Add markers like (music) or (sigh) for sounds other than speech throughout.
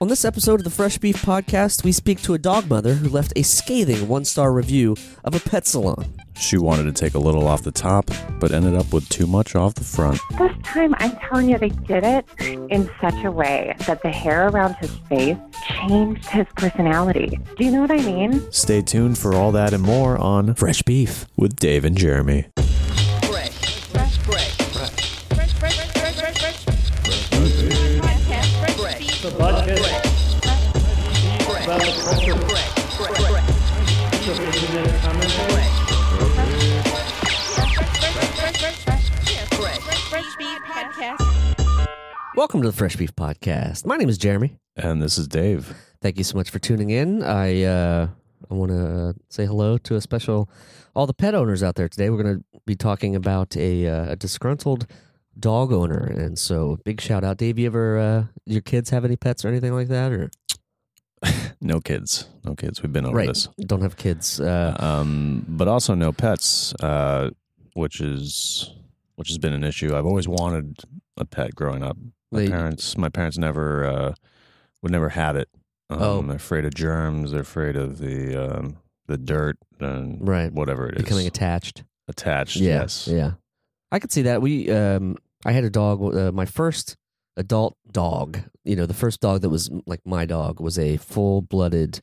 On this episode of the Fresh Beef Podcast, we speak to a dog mother who left a scathing one star review of a pet salon. She wanted to take a little off the top, but ended up with too much off the front. This time, I'm telling you, they did it in such a way that the hair around his face changed his personality. Do you know what I mean? Stay tuned for all that and more on Fresh Beef. With Dave and Jeremy. Fresh Beat Podcast. Welcome to the Fresh Beef Podcast. My name is Jeremy. And this is Dave. Thank you so much for tuning in. I uh, I want to say hello to a special all the pet owners out there today. We're going to be talking about a, uh, a disgruntled dog owner, and so big shout out, Dave. You ever uh, your kids have any pets or anything like that, or No kids. No kids. We've been over right? this. Don't have kids. Uh, Um, but also no pets, uh, which is which has been an issue. I've always wanted a pet growing up. My They- parents my parents never uh, would never have it. Um, Oh. they're afraid of germs, they're afraid of the um, the dirt and right. whatever it is. Becoming attached. attached, yes. Yeah. I could see that. We, um, I had a dog, uh, my first adult dog, you know, the first dog that was like my dog was a full blooded,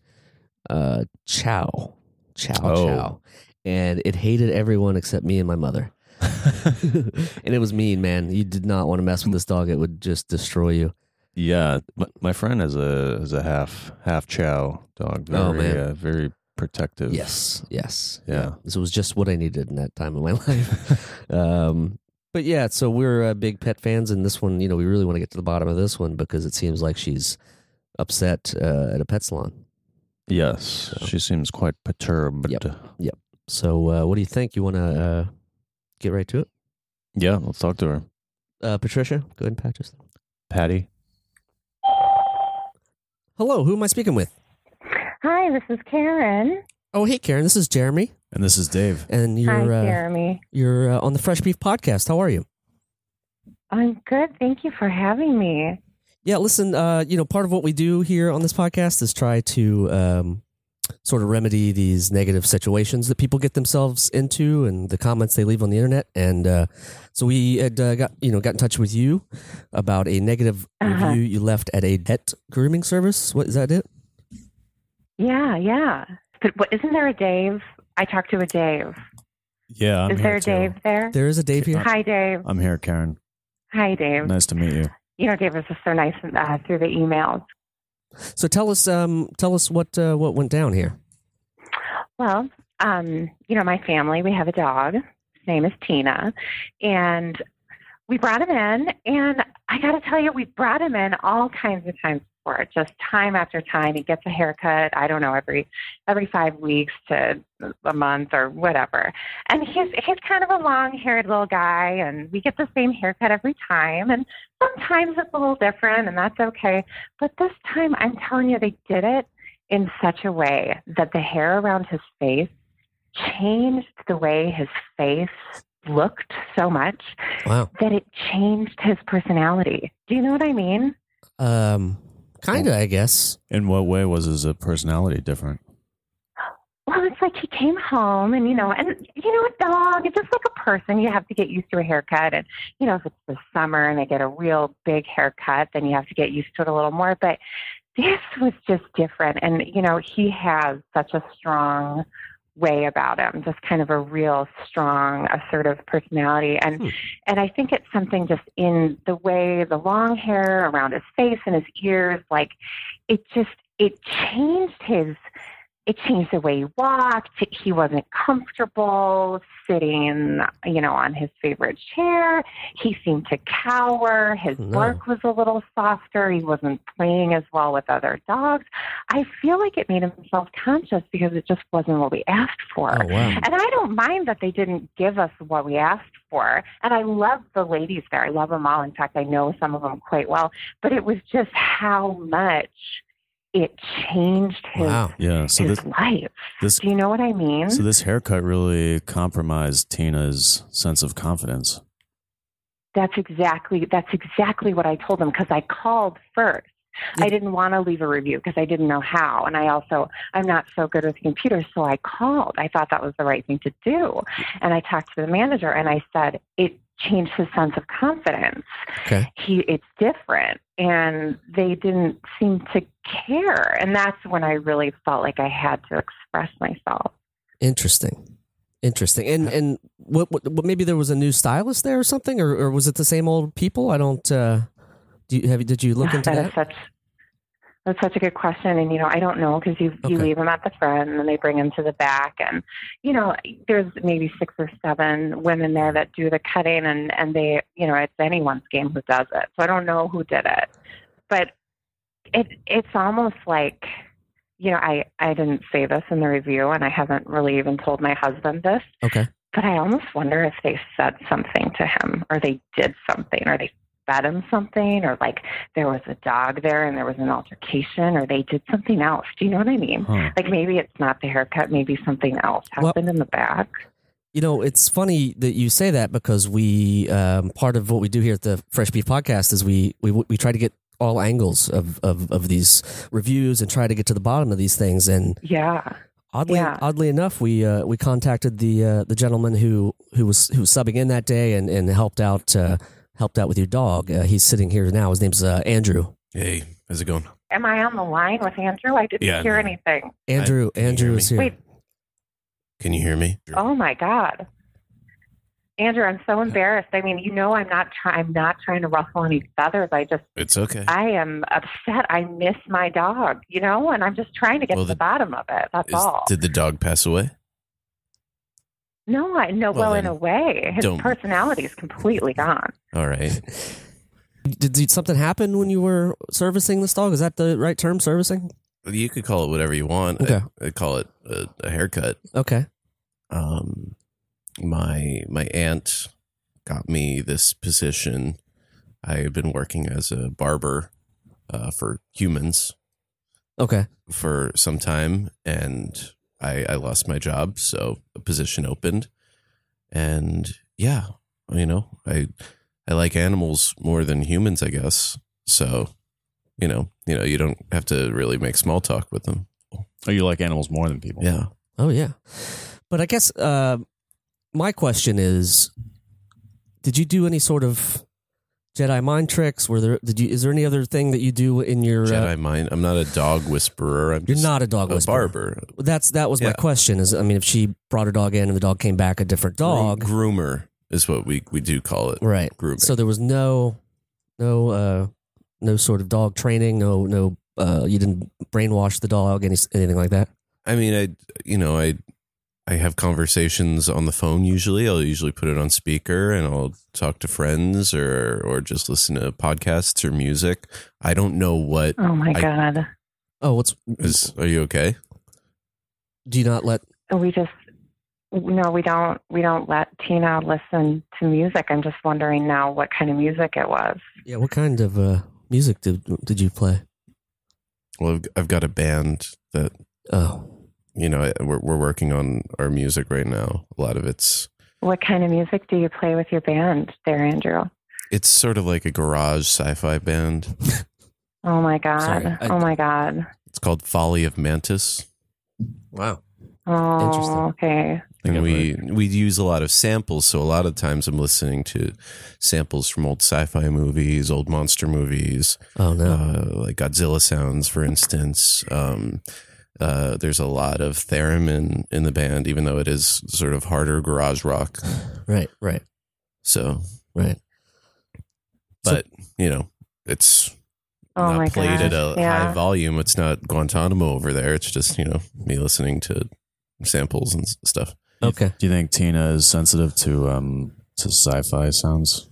uh, chow, chow, Oh. chow. And it hated everyone except me and my mother. (laughs) and it was mean, man. You did not want to mess with this dog. It would just destroy you. Yeah, my, my friend has a has a half half Chow dog. Very, Oh, man. Uh, very protective. Yes. Yes. Yeah. This was just what I needed in that time of my (laughs) life. um, but yeah, so we're uh, big pet fans, and this one, you know, we really want to get to the bottom of this one because it seems like she's upset uh, at a pet salon. Yes, she seems quite perturbed. Yep. So, uh, what do you think? You want to uh, get right to it, Yeah, let's talk to her. uh, Patricia? Go ahead and patch us. Patty. Hello, who am I speaking with? Hi, this is Karen. Oh, hey, Karen. This is Jeremy, And this is Dave. and you're Hi, uh, Jeremy. you're uh, on the Fresh Beef podcast. How are you? I'm good. Thank you for having me. Yeah, listen, uh, you know, part of what we do here on this podcast is try to um, sort of remedy these negative situations that people get themselves into and the comments they leave on the internet. And uh, so we had uh, got, you know, got in touch with you about a negative Uh-huh. review you left at a pet grooming service. What is that it? Yeah, yeah. But what, isn't there a Dave? I talked to a Dave. Yeah, I'm is here there a too. Dave there? There is a Dave here. Hi, Dave. I'm here, Karen. Hi, Dave. Nice to meet you. You know, Dave was just so nice uh, through the emails. So tell us, um, tell us what uh, what went down here. Well, um, you know, my family, we have a dog. His name is Tina. And we brought him in. And I got to tell you, we brought him in all kinds of times before, just time after time. He gets a haircut, I don't know, every every five weeks to a month or whatever. And he's he's kind of a long haired little guy and we get the same haircut every time and sometimes it's a little different and that's okay. But this time I'm telling you they did it in such a way that the hair around his face changed the way his face looked so much Wow. that it changed his personality. Do you know what I mean? Um, kind of, I guess. In what way was his uh, personality different? Well, it's like he came home and, you know, and, you know, a dog, it's just like a person, you have to get used to a haircut. And, you know, if it's the summer and they get a real big haircut, then you have to get used to it a little more. But this was just different. And, you know, he has such a strong way about him, just kind of a real strong, assertive personality. And, Hmm. and I think it's something just in the way the long hair around his face and his ears, like it just, it changed his it changed the way he walked. He wasn't comfortable sitting, you know, on his favorite chair. He seemed to cower. His Oh, No. bark was a little softer. He wasn't playing as well with other dogs. I feel like it made him self-conscious because it just wasn't what we asked for. Oh, wow. And I don't mind that they didn't give us what we asked for. And I love the ladies there. I love them all. In fact, I know some of them quite well. But it was just how much it changed his, Wow. Yeah, so his this life. this Do you know what I mean? so this haircut really compromised Tina's sense of confidence. That's exactly that's exactly what I told them because I called first I didn't want to leave a review because I didn't know how, and I also I'm not so good with computers, so I called. I thought that was the right thing to do, and I talked to the manager and I said it changed his sense of confidence. Okay. He it's different, and they didn't seem to care, and that's when I really felt like I had to express myself. Interesting. Interesting. And and what, what, what maybe there was a new stylist there or something or, or was it the same old people? I don't uh do you have you- did you look Yeah, into that that? is such that's such a good question, and you know I don't know because you you Okay. leave them at the front and then they bring them to the back, and you know there's maybe six or seven women there that do the cutting, and and they you know it's anyone's game who does it, so I don't know who did it, but it it's almost like you know I I didn't say this in the review, and I haven't really even told my husband this, Okay. but I almost wonder if they said something to him or they did something or they fed him something or like there was a dog there and there was an altercation or they did something else. Do you know what I mean? Huh. Like maybe it's not the haircut, maybe something else Well- happened in the back. You know, it's funny that you say that because we um, part of what we do here at the Fresh Beef Podcast is we we we try to get all angles of, of, of these reviews and try to get to the bottom of these things. And Yeah. oddly Yeah. oddly enough, we uh, we contacted the uh, the gentleman who who was who was subbing in that day and and helped out uh, helped out with your dog. Uh, he's sitting here now. His name's uh, Andrew. Hey, how's it going? Am I on the line with Andrew? I didn't Yeah, hear no. anything. Andrew can you hear Andrew me? is here. Wait. Can you hear me? Oh my God. Andrew, I'm so embarrassed. I mean, you know I'm not try- I'm not trying to ruffle any feathers. I just It's okay. I am upset. I miss my dog, you know, and I'm just trying to get Well, to the, the- bottom of it. That's Is- all. did the dog pass away? No, I no. Well, Well, in then, a way, his don't- personality is completely gone. All (laughs) right. Did, did something happen when you were servicing this dog? Is that the right term, servicing? You could call it whatever you want. Okay. I, I call it a, a haircut. Okay. Um, my my aunt got me this position. I had been working as a barber uh, for humans Okay. for some time, and I, I lost my job, so a position opened, and yeah, you know, I I like animals more than humans, I guess. So, you know, you know, you don't have to really make small talk with them. Oh, you like animals more than people. Yeah. Oh yeah, but I guess uh, my question is: Did you do any sort of Jedi mind tricks? Were there? Did you? Is there any other thing that you do in your? Uh, Jedi mind. I'm not a dog whisperer. I'm you're just not a dog a whisperer. barber. That's that was my Yeah. question. Is I mean, if she brought her dog in and the dog came back a different dog, Groom- groomer is what we we do call it. right? Grooming. So there was no, no, uh, no sort of dog training. No, no. Uh, you didn't brainwash the dog, any, anything like that. I mean, I you know I I have conversations on the phone usually. I'll usually put it on speaker and I'll talk to friends or or just listen to podcasts or music. I don't know what Oh my I- god. Oh, what's? is. Are you okay? Do you not let? We just no, we don't. We don't let Tina listen to music. I'm just wondering now what kind of music it was. Yeah, what kind of uh, music did did you play? Well, I've, I've got a band that Oh, you know I- we're we're working on our music right now. A lot of it's What kind of music do you play with your band, there, Andrew? it's sort of like a garage sci-fi band. Oh my god. Sorry, I- oh my god. It's called Folly of Mantis. wow. Oh, Interesting. okay. think and I've we we use a lot of samples so a lot of times i'm listening to samples from old sci-fi movies old monster movies Oh no. uh, like godzilla sounds for instance um, uh, there's a lot of theremin in the band even though it is sort of harder garage rock Oh, Right, right, so right. So- but you know it's Oh my not played at god. a high yeah. volume it's not guantanamo over there it's just you know me listening to samples and s- stuff Okay. Do you think Tina is sensitive to um to sci-fi sounds?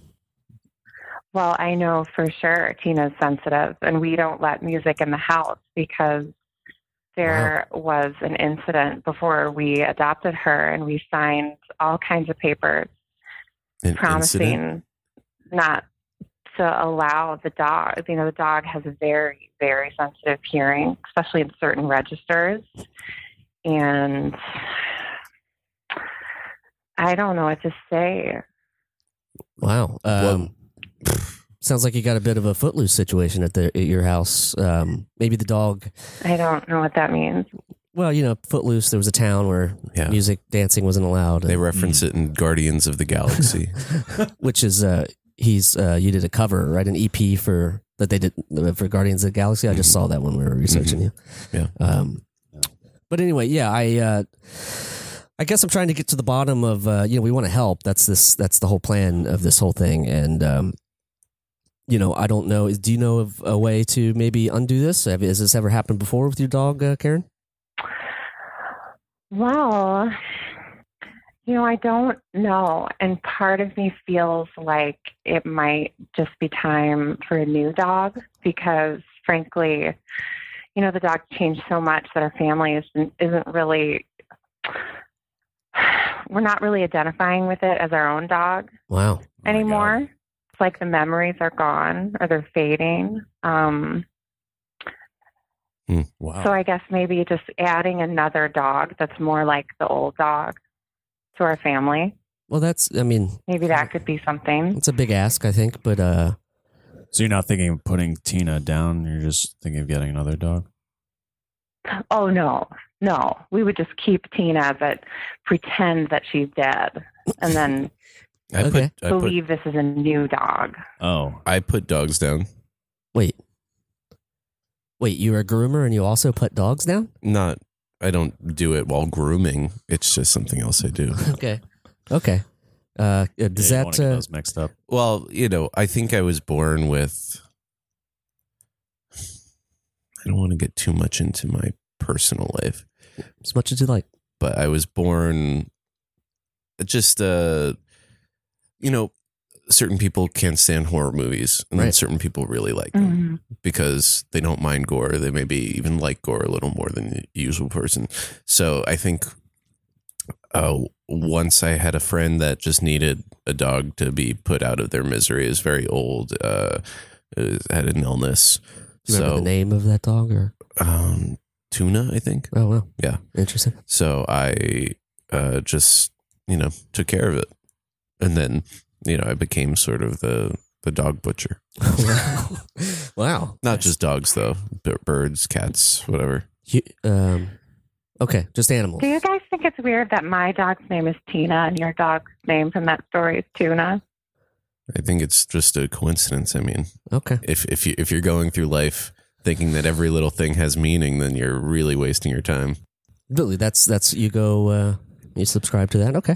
Well, I know for sure Tina's sensitive, and we don't let music in the house because there was an incident before we adopted her, and we signed all kinds of papers An promising incident? not to allow the dog. You know, the dog has a very, very sensitive hearing, especially in certain registers. And I don't know what to say. Wow. Um, Sounds like you got a bit of a footloose situation at the at your house. Um, maybe the dog. I don't know what that means. Well, you know, footloose. There was a town where Yeah. music dancing wasn't allowed, They reference Mm. it in Guardians of (laughs) the Galaxy. which is uh, he's uh, you did a cover right, an EP for that they did uh, for Guardians of the Galaxy. I just saw that when we were researching you. Yeah. Um, but anyway, yeah, I. Uh, I guess I'm trying to get to the bottom of uh, you know we want to help. That's this. That's the whole plan of this whole thing. And um, you know, I don't know. Is, do you know of a way to maybe undo this? Have, has this ever happened before with your dog, uh, Karen? Well, you know, I don't know. And part of me feels like it might just be time for a new dog because, frankly, you know, the dog changed so much that our family isn't, isn't really, we're not really identifying with it as our own dog Wow. Oh my anymore. It's like the memories are gone or they're fading. Um, Hmm. Oh. Wow. So I guess maybe just adding another dog that's more like the old dog to our family. Well, that's. I mean, Maybe that could be something. it's a big ask, I think, but uh, So you're not thinking of putting Tina down. You're just thinking of getting another dog. Oh no, no, we would just keep Tina, but pretend that she's dead, and then I Okay. put I put believe this is a new dog. Oh, I put dogs down. wait, wait. You're a groomer and you also put dogs (laughs) down. Not I don't do it while grooming. It's just something else I do. Okay. Okay. Uh, uh, does Yeah, you don't wanna that get uh, those mixed up? Well, you know, I think I was born with. I don't want to get too much into my personal life, as much as you like? but I was born just, uh, you know, certain people can't stand horror movies, and then Right. certain people really like Mm-hmm. them because they don't mind gore. They maybe even like gore a little more than the usual person. So I think uh, once I had a friend that just needed a dog to be put out of their misery. Is very old, uh, is- had an illness. Do you remember the so name of that dog or? um, tuna, I think. Oh wow. Yeah. (laughs) Interesting. So I uh, just you know took care of it, and then you know I became sort of the the dog butcher. Oh, wow. Not just dogs though, but birds, cats, whatever. You, um, okay, just animals. Do you guys think it's weird that my dog's name is Tina and your dog's name from that story is Tuna? I think it's just a coincidence. I mean, Okay. if if you if you're going through life thinking that every little thing has meaning, then you're really wasting your time. Really, that's that's you go. Uh, you subscribe to that. Okay,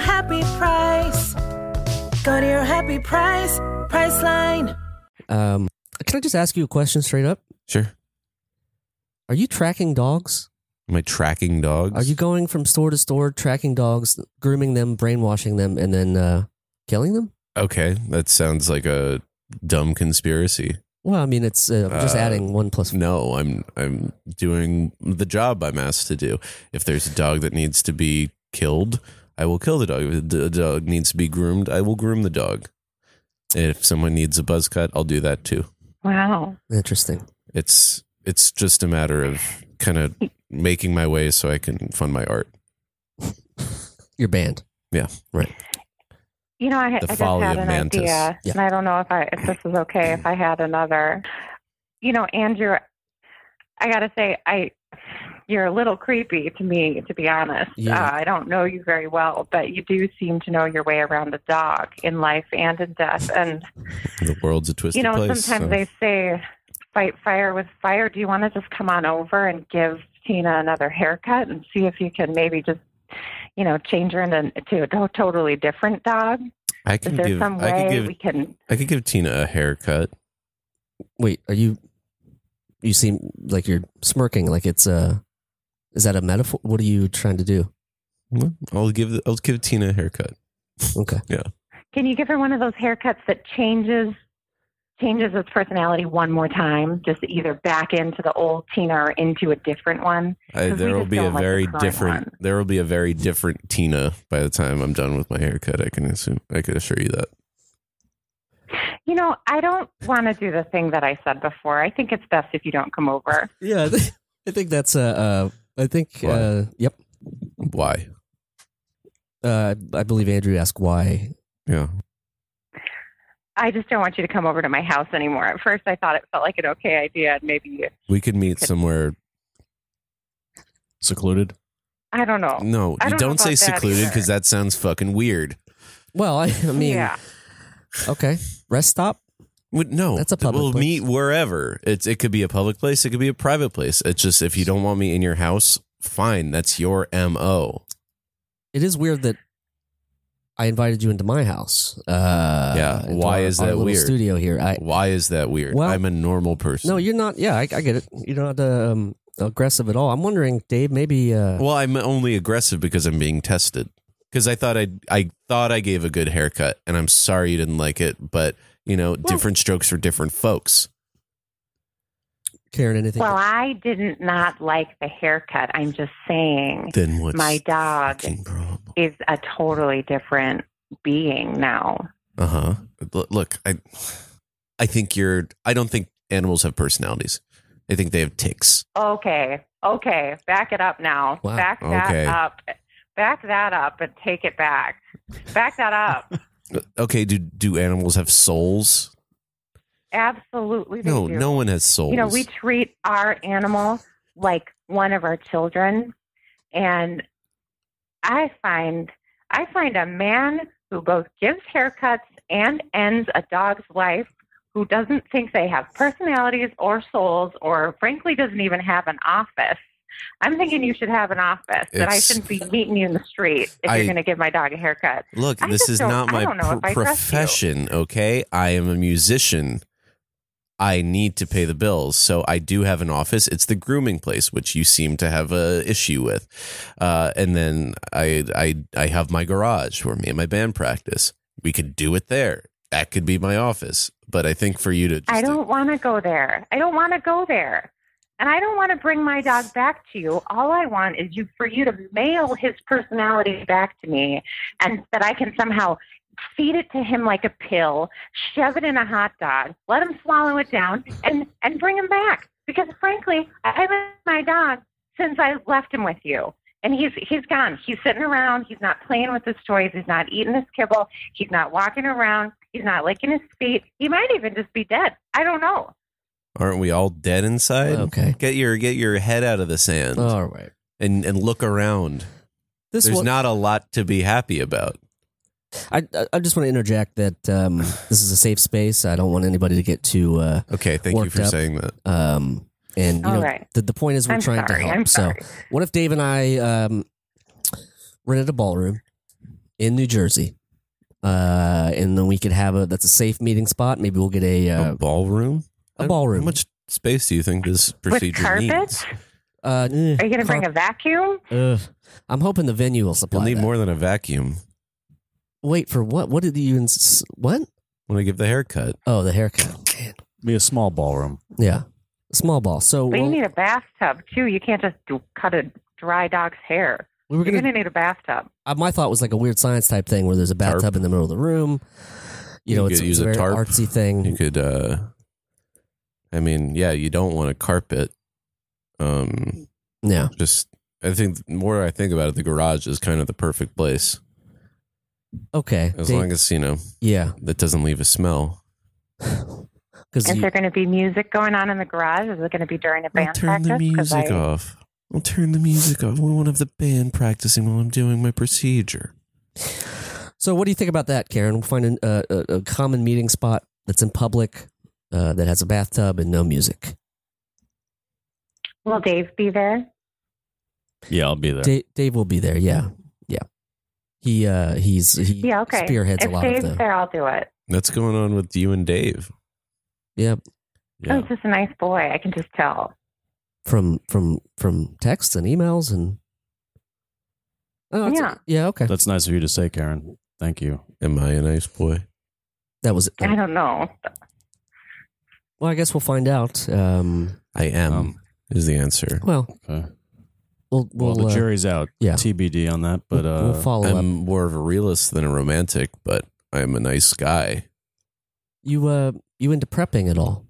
happy price. Go to your happy price, price line. Um, can I just ask you a question straight up? Sure. Are you tracking dogs? Am I tracking dogs? Are you going from store to store tracking dogs, grooming them, brainwashing them, and then uh, killing them? okay? That sounds like a dumb conspiracy. Well, I mean, it's uh, I'm just Uh, adding one plus. No, I'm I'm doing the job I'm asked to do. If there's a dog that needs to be killed, I will kill the dog. If the dog needs to be groomed, I will groom the dog. If someone needs a buzz cut, I'll do that too. Wow. Interesting. It's it's just a matter of kind of making my way so I can fund my art. You're banned. You know, I, I The just folly had of an Mantis. Mm. idea, Yeah. and I don't know if I if this is okay. If I had another, you know, Andrew, I gotta say, I you're a little creepy to me, to be honest. Yeah. Uh, I don't know you very well, but you do seem to know your way around a dog in life and in death. And The world's a twisted you know, place. sometimes so- they say fight fire with fire. Do you want to just come on over and give Tina another haircut and see if you can maybe just, you know, change her into to a to- totally different dog? I Is can there give some way I could give we can? I could give Tina a haircut. Wait, are you? You seem like you're smirking. Like it's Uh, is that a metaphor? What are you trying to do? I'll give I'll give Tina a haircut. Okay. Can you give her one of those haircuts that changes changes its personality one more time, just either back into the old Tina or into a different one. I, 'Cause we there will just be a don't like the very current different. one. There will be a very different Tina by the time I'm done with my haircut. I can assume. I can assure you that. You know, I don't want to do the thing that I said before. I think it's best if you don't come over. Yeah, I think that's uh, uh I think Why? uh, yep. Why? Uh, I believe Andrew asked why. Yeah. I just don't want you to come over to my house anymore. At first, I thought it felt like an okay idea, and maybe We could meet somewhere. Secluded. I don't know. No, Oh, I you don't know don't say about that secluded either. because that sounds fucking weird. Well, I, I mean, yeah, okay, rest stop. Would- No, That's a public We'll place. meet wherever. It's it could be a public place. It could be a private place. It's just if you don't want me in your house, fine. That's your mo. It is weird that I invited you into my house. Uh, Yeah, into why our- is our that little weird? Studio here. I Why is that weird? Well- I'm a normal person. no, you're not. Yeah, I, I get it. You're not um, aggressive at all. I'm wondering, Dave. Maybe uh, Well, I'm only aggressive because I'm being tested. Because I thought I I thought I gave a good haircut, and I'm sorry you didn't like it, but you know, different strokes for different folks. Karen, anything? Well, I didn't not like the haircut. I'm just saying Then what's my dog fucking problem? is a totally different being now. Uh huh. Look, I I think you're. I don't think animals have personalities. I think they have ticks. Okay, okay, back it up now. Wow, Back that okay. up. Back that up and take it back. Back (laughs) that up. Okay, do do animals have souls? Absolutely. they No, do. no one has souls. You know, we treat our animal like one of our children, and I find I find a man who both gives haircuts and ends a dog's life who doesn't think they have personalities or souls, or frankly doesn't even have an office. I'm thinking you should have an office that I It's- shouldn't be meeting you in the street if I- you're going to give my dog a haircut. Look, I this just is don't- not I my don't know if pr- I trust you. profession, okay? I am a musician. I need to pay the bills, so I do have an office. It's the grooming place, which you seem to have a issue with, uh, and then I, I I have my garage where me and my band practice. We could do it there. That could be my office. But I think for you to, just I don't want to go there. I don't want to go there. And I don't want to bring my dog back to you. All I want is you for you to mail his personality back to me and that I can somehow feed it to him like a pill, shove it in a hot dog, let him swallow it down and and bring him back because frankly, I haven't had my dog since I left him with you. And he's he's gone. He's sitting around. He's not playing with his toys. He's not eating his kibble. He's not walking around. He's not licking his feet. He might even just be dead. I don't know. aren't we all dead inside? okay. Get your get your head out of the sand All right. and and look around. This There's one, not a lot to be happy about. I, I- I just want to interject that (laughs) um, this is a safe space. I don't want anybody to get too. Uh, Okay, thank you Worked for up. saying that. um, and you All know, right. the, the point is we're I'm trying sorry. to help. I'm so, sorry. what if Dave and I um, rented a ballroom in New Jersey, uh, and then we could have a that's a safe meeting spot. Maybe we'll get a a uh, ballroom. a ballroom. How much space do you think this With procedure needs? carpets? Oh. uh, eh, Are you going to bring a vacuum? ugh. I'm hoping the venue will You'll supply. need that. more than a vacuum Wait for what? What did you ins- what? when I give the haircut. Oh, the haircut. Man. Be a small ballroom. Yeah, small ball. So But you we'll- need a bathtub too. You can't just do, cut a dry dog's hair. we were You're gonna going to need a bathtub. uh, my thought was like a weird science type thing where there's a bathtub Tarp. in the middle of the room. You, You know, could it's, use it's a a very tarp. artsy thing. You could. uh I mean, yeah, you don't want a carpet. Um, yeah. just I think the more I think about it, the garage is kind of the perfect place Okay. as Dave- long as you know yeah, that doesn't leave a smell. because Is there going to be music going on in the garage? Is it going to be during a band practice? 'Cause I- off. I'll turn the music off. We won't have the band practicing while I'm doing my procedure. so what do you think about that, Karen? We'll find an, uh, a, a common meeting spot that's in public uh, that has a bathtub and no music. Will Dave be there? Yeah, I'll be there. Da- Dave will be there. Yeah, yeah. He uh, he's he Yeah, okay. spearheads if a lot Dave's of the there, I'll do it. That's going on with you and Dave. yeah Oh, He's just a nice boy. I can just tell. from from from texts and emails and oh it's- Yeah. yeah okay That's nice of you to say, Karen. Thank you. Am I a nice boy? that was I don't know. Well, I guess we'll find out. Um, I am Um, is the answer. well, Okay. we'll, Uh, Well, we'll, the uh, jury's out. yeah. TBD on that, but we'll- uh, we'll follow I'm up. more of a realist than a romantic, but I'm a nice guy. You uh, you into prepping at all?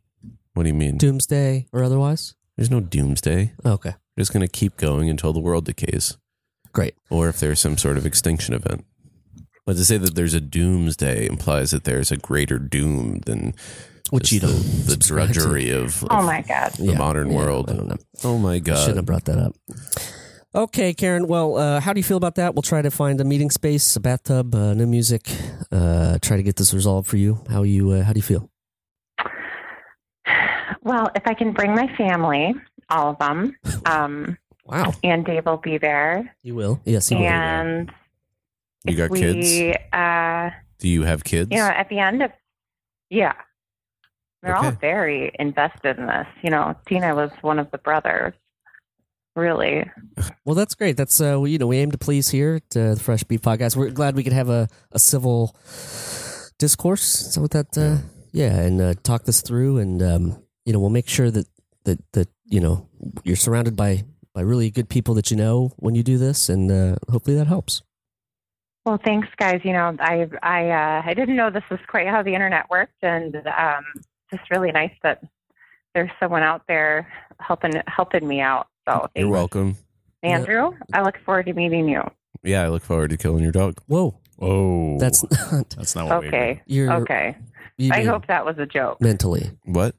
What do you mean? Doomsday or otherwise? There's no doomsday. Okay, We're just going to keep going until the world decays. great. or if there's some sort of extinction event. But to say that there's a doomsday implies that there's a greater doom than Which just you don't the, the subscribe to. drudgery of, Oh of my God. the Yeah, modern yeah, world. I don't know. Oh I my shouldn't god! have brought that up. Okay, Karen. Well, uh, how do you feel about that? We'll try to find a meeting space, a bathtub, uh, no music. Uh, try to get this resolved for you. How you? Uh, how do you feel? Well, if I can bring my family, all of them, um, Wow, and Dave will be there. you will. Yes, you will. and You got we, kids? Uh, Do you have kids? you know, at the end of, yeah, they're all Okay. very invested in this. You know, Tina was one of the brothers, really. Well, that's great. That's uh, we, you know, we aim to please here at uh, the Fresh Beef Podcast. We're glad we could have a, a civil discourse. So with that, uh, yeah, and uh, talk this through, and um, you know, we'll make sure that that that you know you're surrounded by by really good people that you know when you do this, and uh, hopefully that helps. Well, thanks, guys. You know, I I uh, I didn't know this was quite how the internet worked, and um, just really nice that there's someone out there helping helping me out. So, You're thanks. welcome. Andrew, I look forward to meeting you. Yeah, I look forward to killing your dog. Whoa, Oh, that's not that's not what we Okay, you're. okay. You I mean hope that was a joke. mentally. What?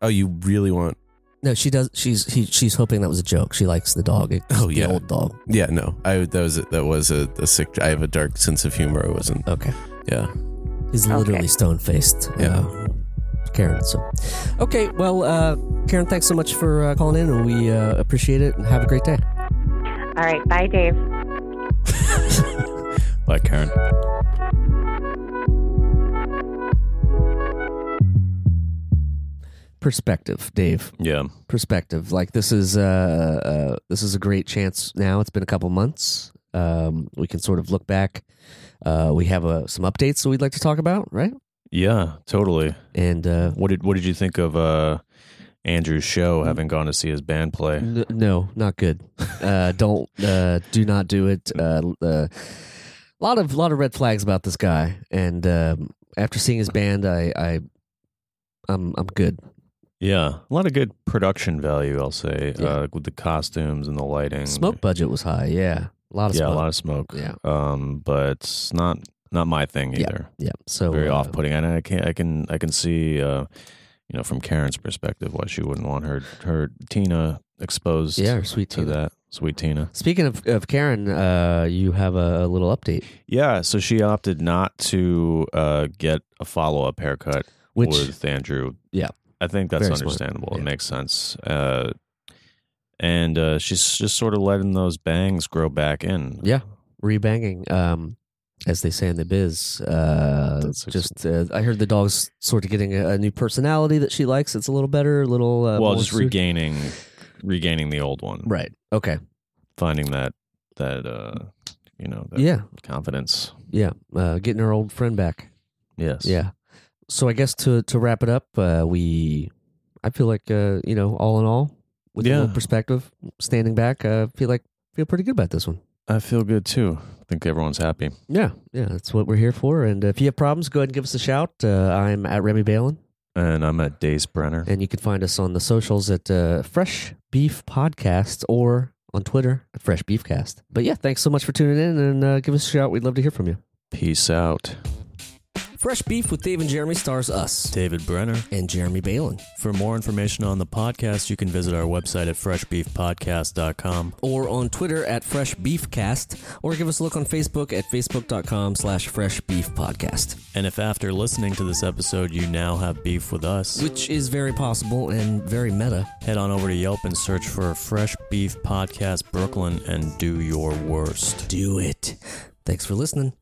Oh, you really want? No, she does. She's he, she's hoping that was a joke. She likes the dog. It's Oh, the yeah. old dog. Yeah, no. I that was a, that was a, a sick. I have a dark sense of humor. I wasn't. Okay. Yeah. He's Okay. literally stone faced. Yeah. Karen. So, okay. Well, uh, Karen, thanks so much for uh, calling in, and we uh, appreciate it. And have a great day. All right, bye, Dave. do. Bye, Karen. Perspective, Dave. yeah. Perspective. Like this is uh, uh, this is a great chance. Now it's been a couple months. Um, we can sort of look back. Uh, we have uh, some updates that we'd like to talk about, right? Yeah, totally. And uh, What did what did you think of uh Andrew's show having gone to see his band play? N- no, not good. Uh, don't uh, do not do it. A uh, uh, lot of lot of red flags about this guy. And um, after seeing his band, I, I I'm I'm good. Yeah. A lot of good production value, I'll say. Yeah. Uh with the costumes and the lighting. Smoke budget was high. Yeah, a lot of Mm. yeah, smoke. a lot of smoke. Yeah. Um, but it's not not my thing either. yeah, so Very uh, off putting. And I can I can I can see uh you know, from Karen's perspective why she wouldn't want her her Tina exposed Yeah, her sweet to Tina. that. Sweet Tina. Speaking of, of Karen, uh, you have a, little update, Yeah, so she opted not to uh get a follow up haircut which with Andrew. Yeah. I think that's Very smart. understandable. Yeah. It makes sense. Uh, and uh, she's just sort of letting those bangs grow back in. yeah, rebanging, um, as they say in the biz. Uh, That's ex- just uh, I heard the dog's sort of getting a, a new personality that she likes. It's a little better, a little uh, well, more just suited- regaining, regaining the old one. Right. Okay. Finding that that uh, you know that Yeah. confidence. Yeah. Uh, getting her old friend back. Yes. Yeah. So I guess to to wrap it up, uh, we I feel like uh, you know, all in all, with a Yeah. little perspective, standing back, uh, feel like feel pretty good about this one. I feel good too. I think everyone's happy. Yeah, yeah, that's what we're here for. And if you have problems, go ahead and give us a shout. Uh, I'm at Remy Balin, And I'm at Dace Brenner. and you can find us on the socials at uh, Fresh Beef Podcast or on Twitter at Fresh Beefcast. But yeah, thanks so much for tuning in and uh, give us a shout. We'd love to hear from you. Peace out. Fresh Beef with Dave and Jeremy stars us David Brenner. and Jeremy Balin. For more information on the podcast, you can visit our website at freshbeefpodcast.com. or on Twitter at Fresh Beef Cast, or give us a look on Facebook at facebook.com slash Fresh Beef Podcast, And if after listening to this episode you now have beef with us, which is very possible and very meta. head on over to Yelp and search for Fresh Beef Podcast Brooklyn and do your worst. Do it. Thanks for listening.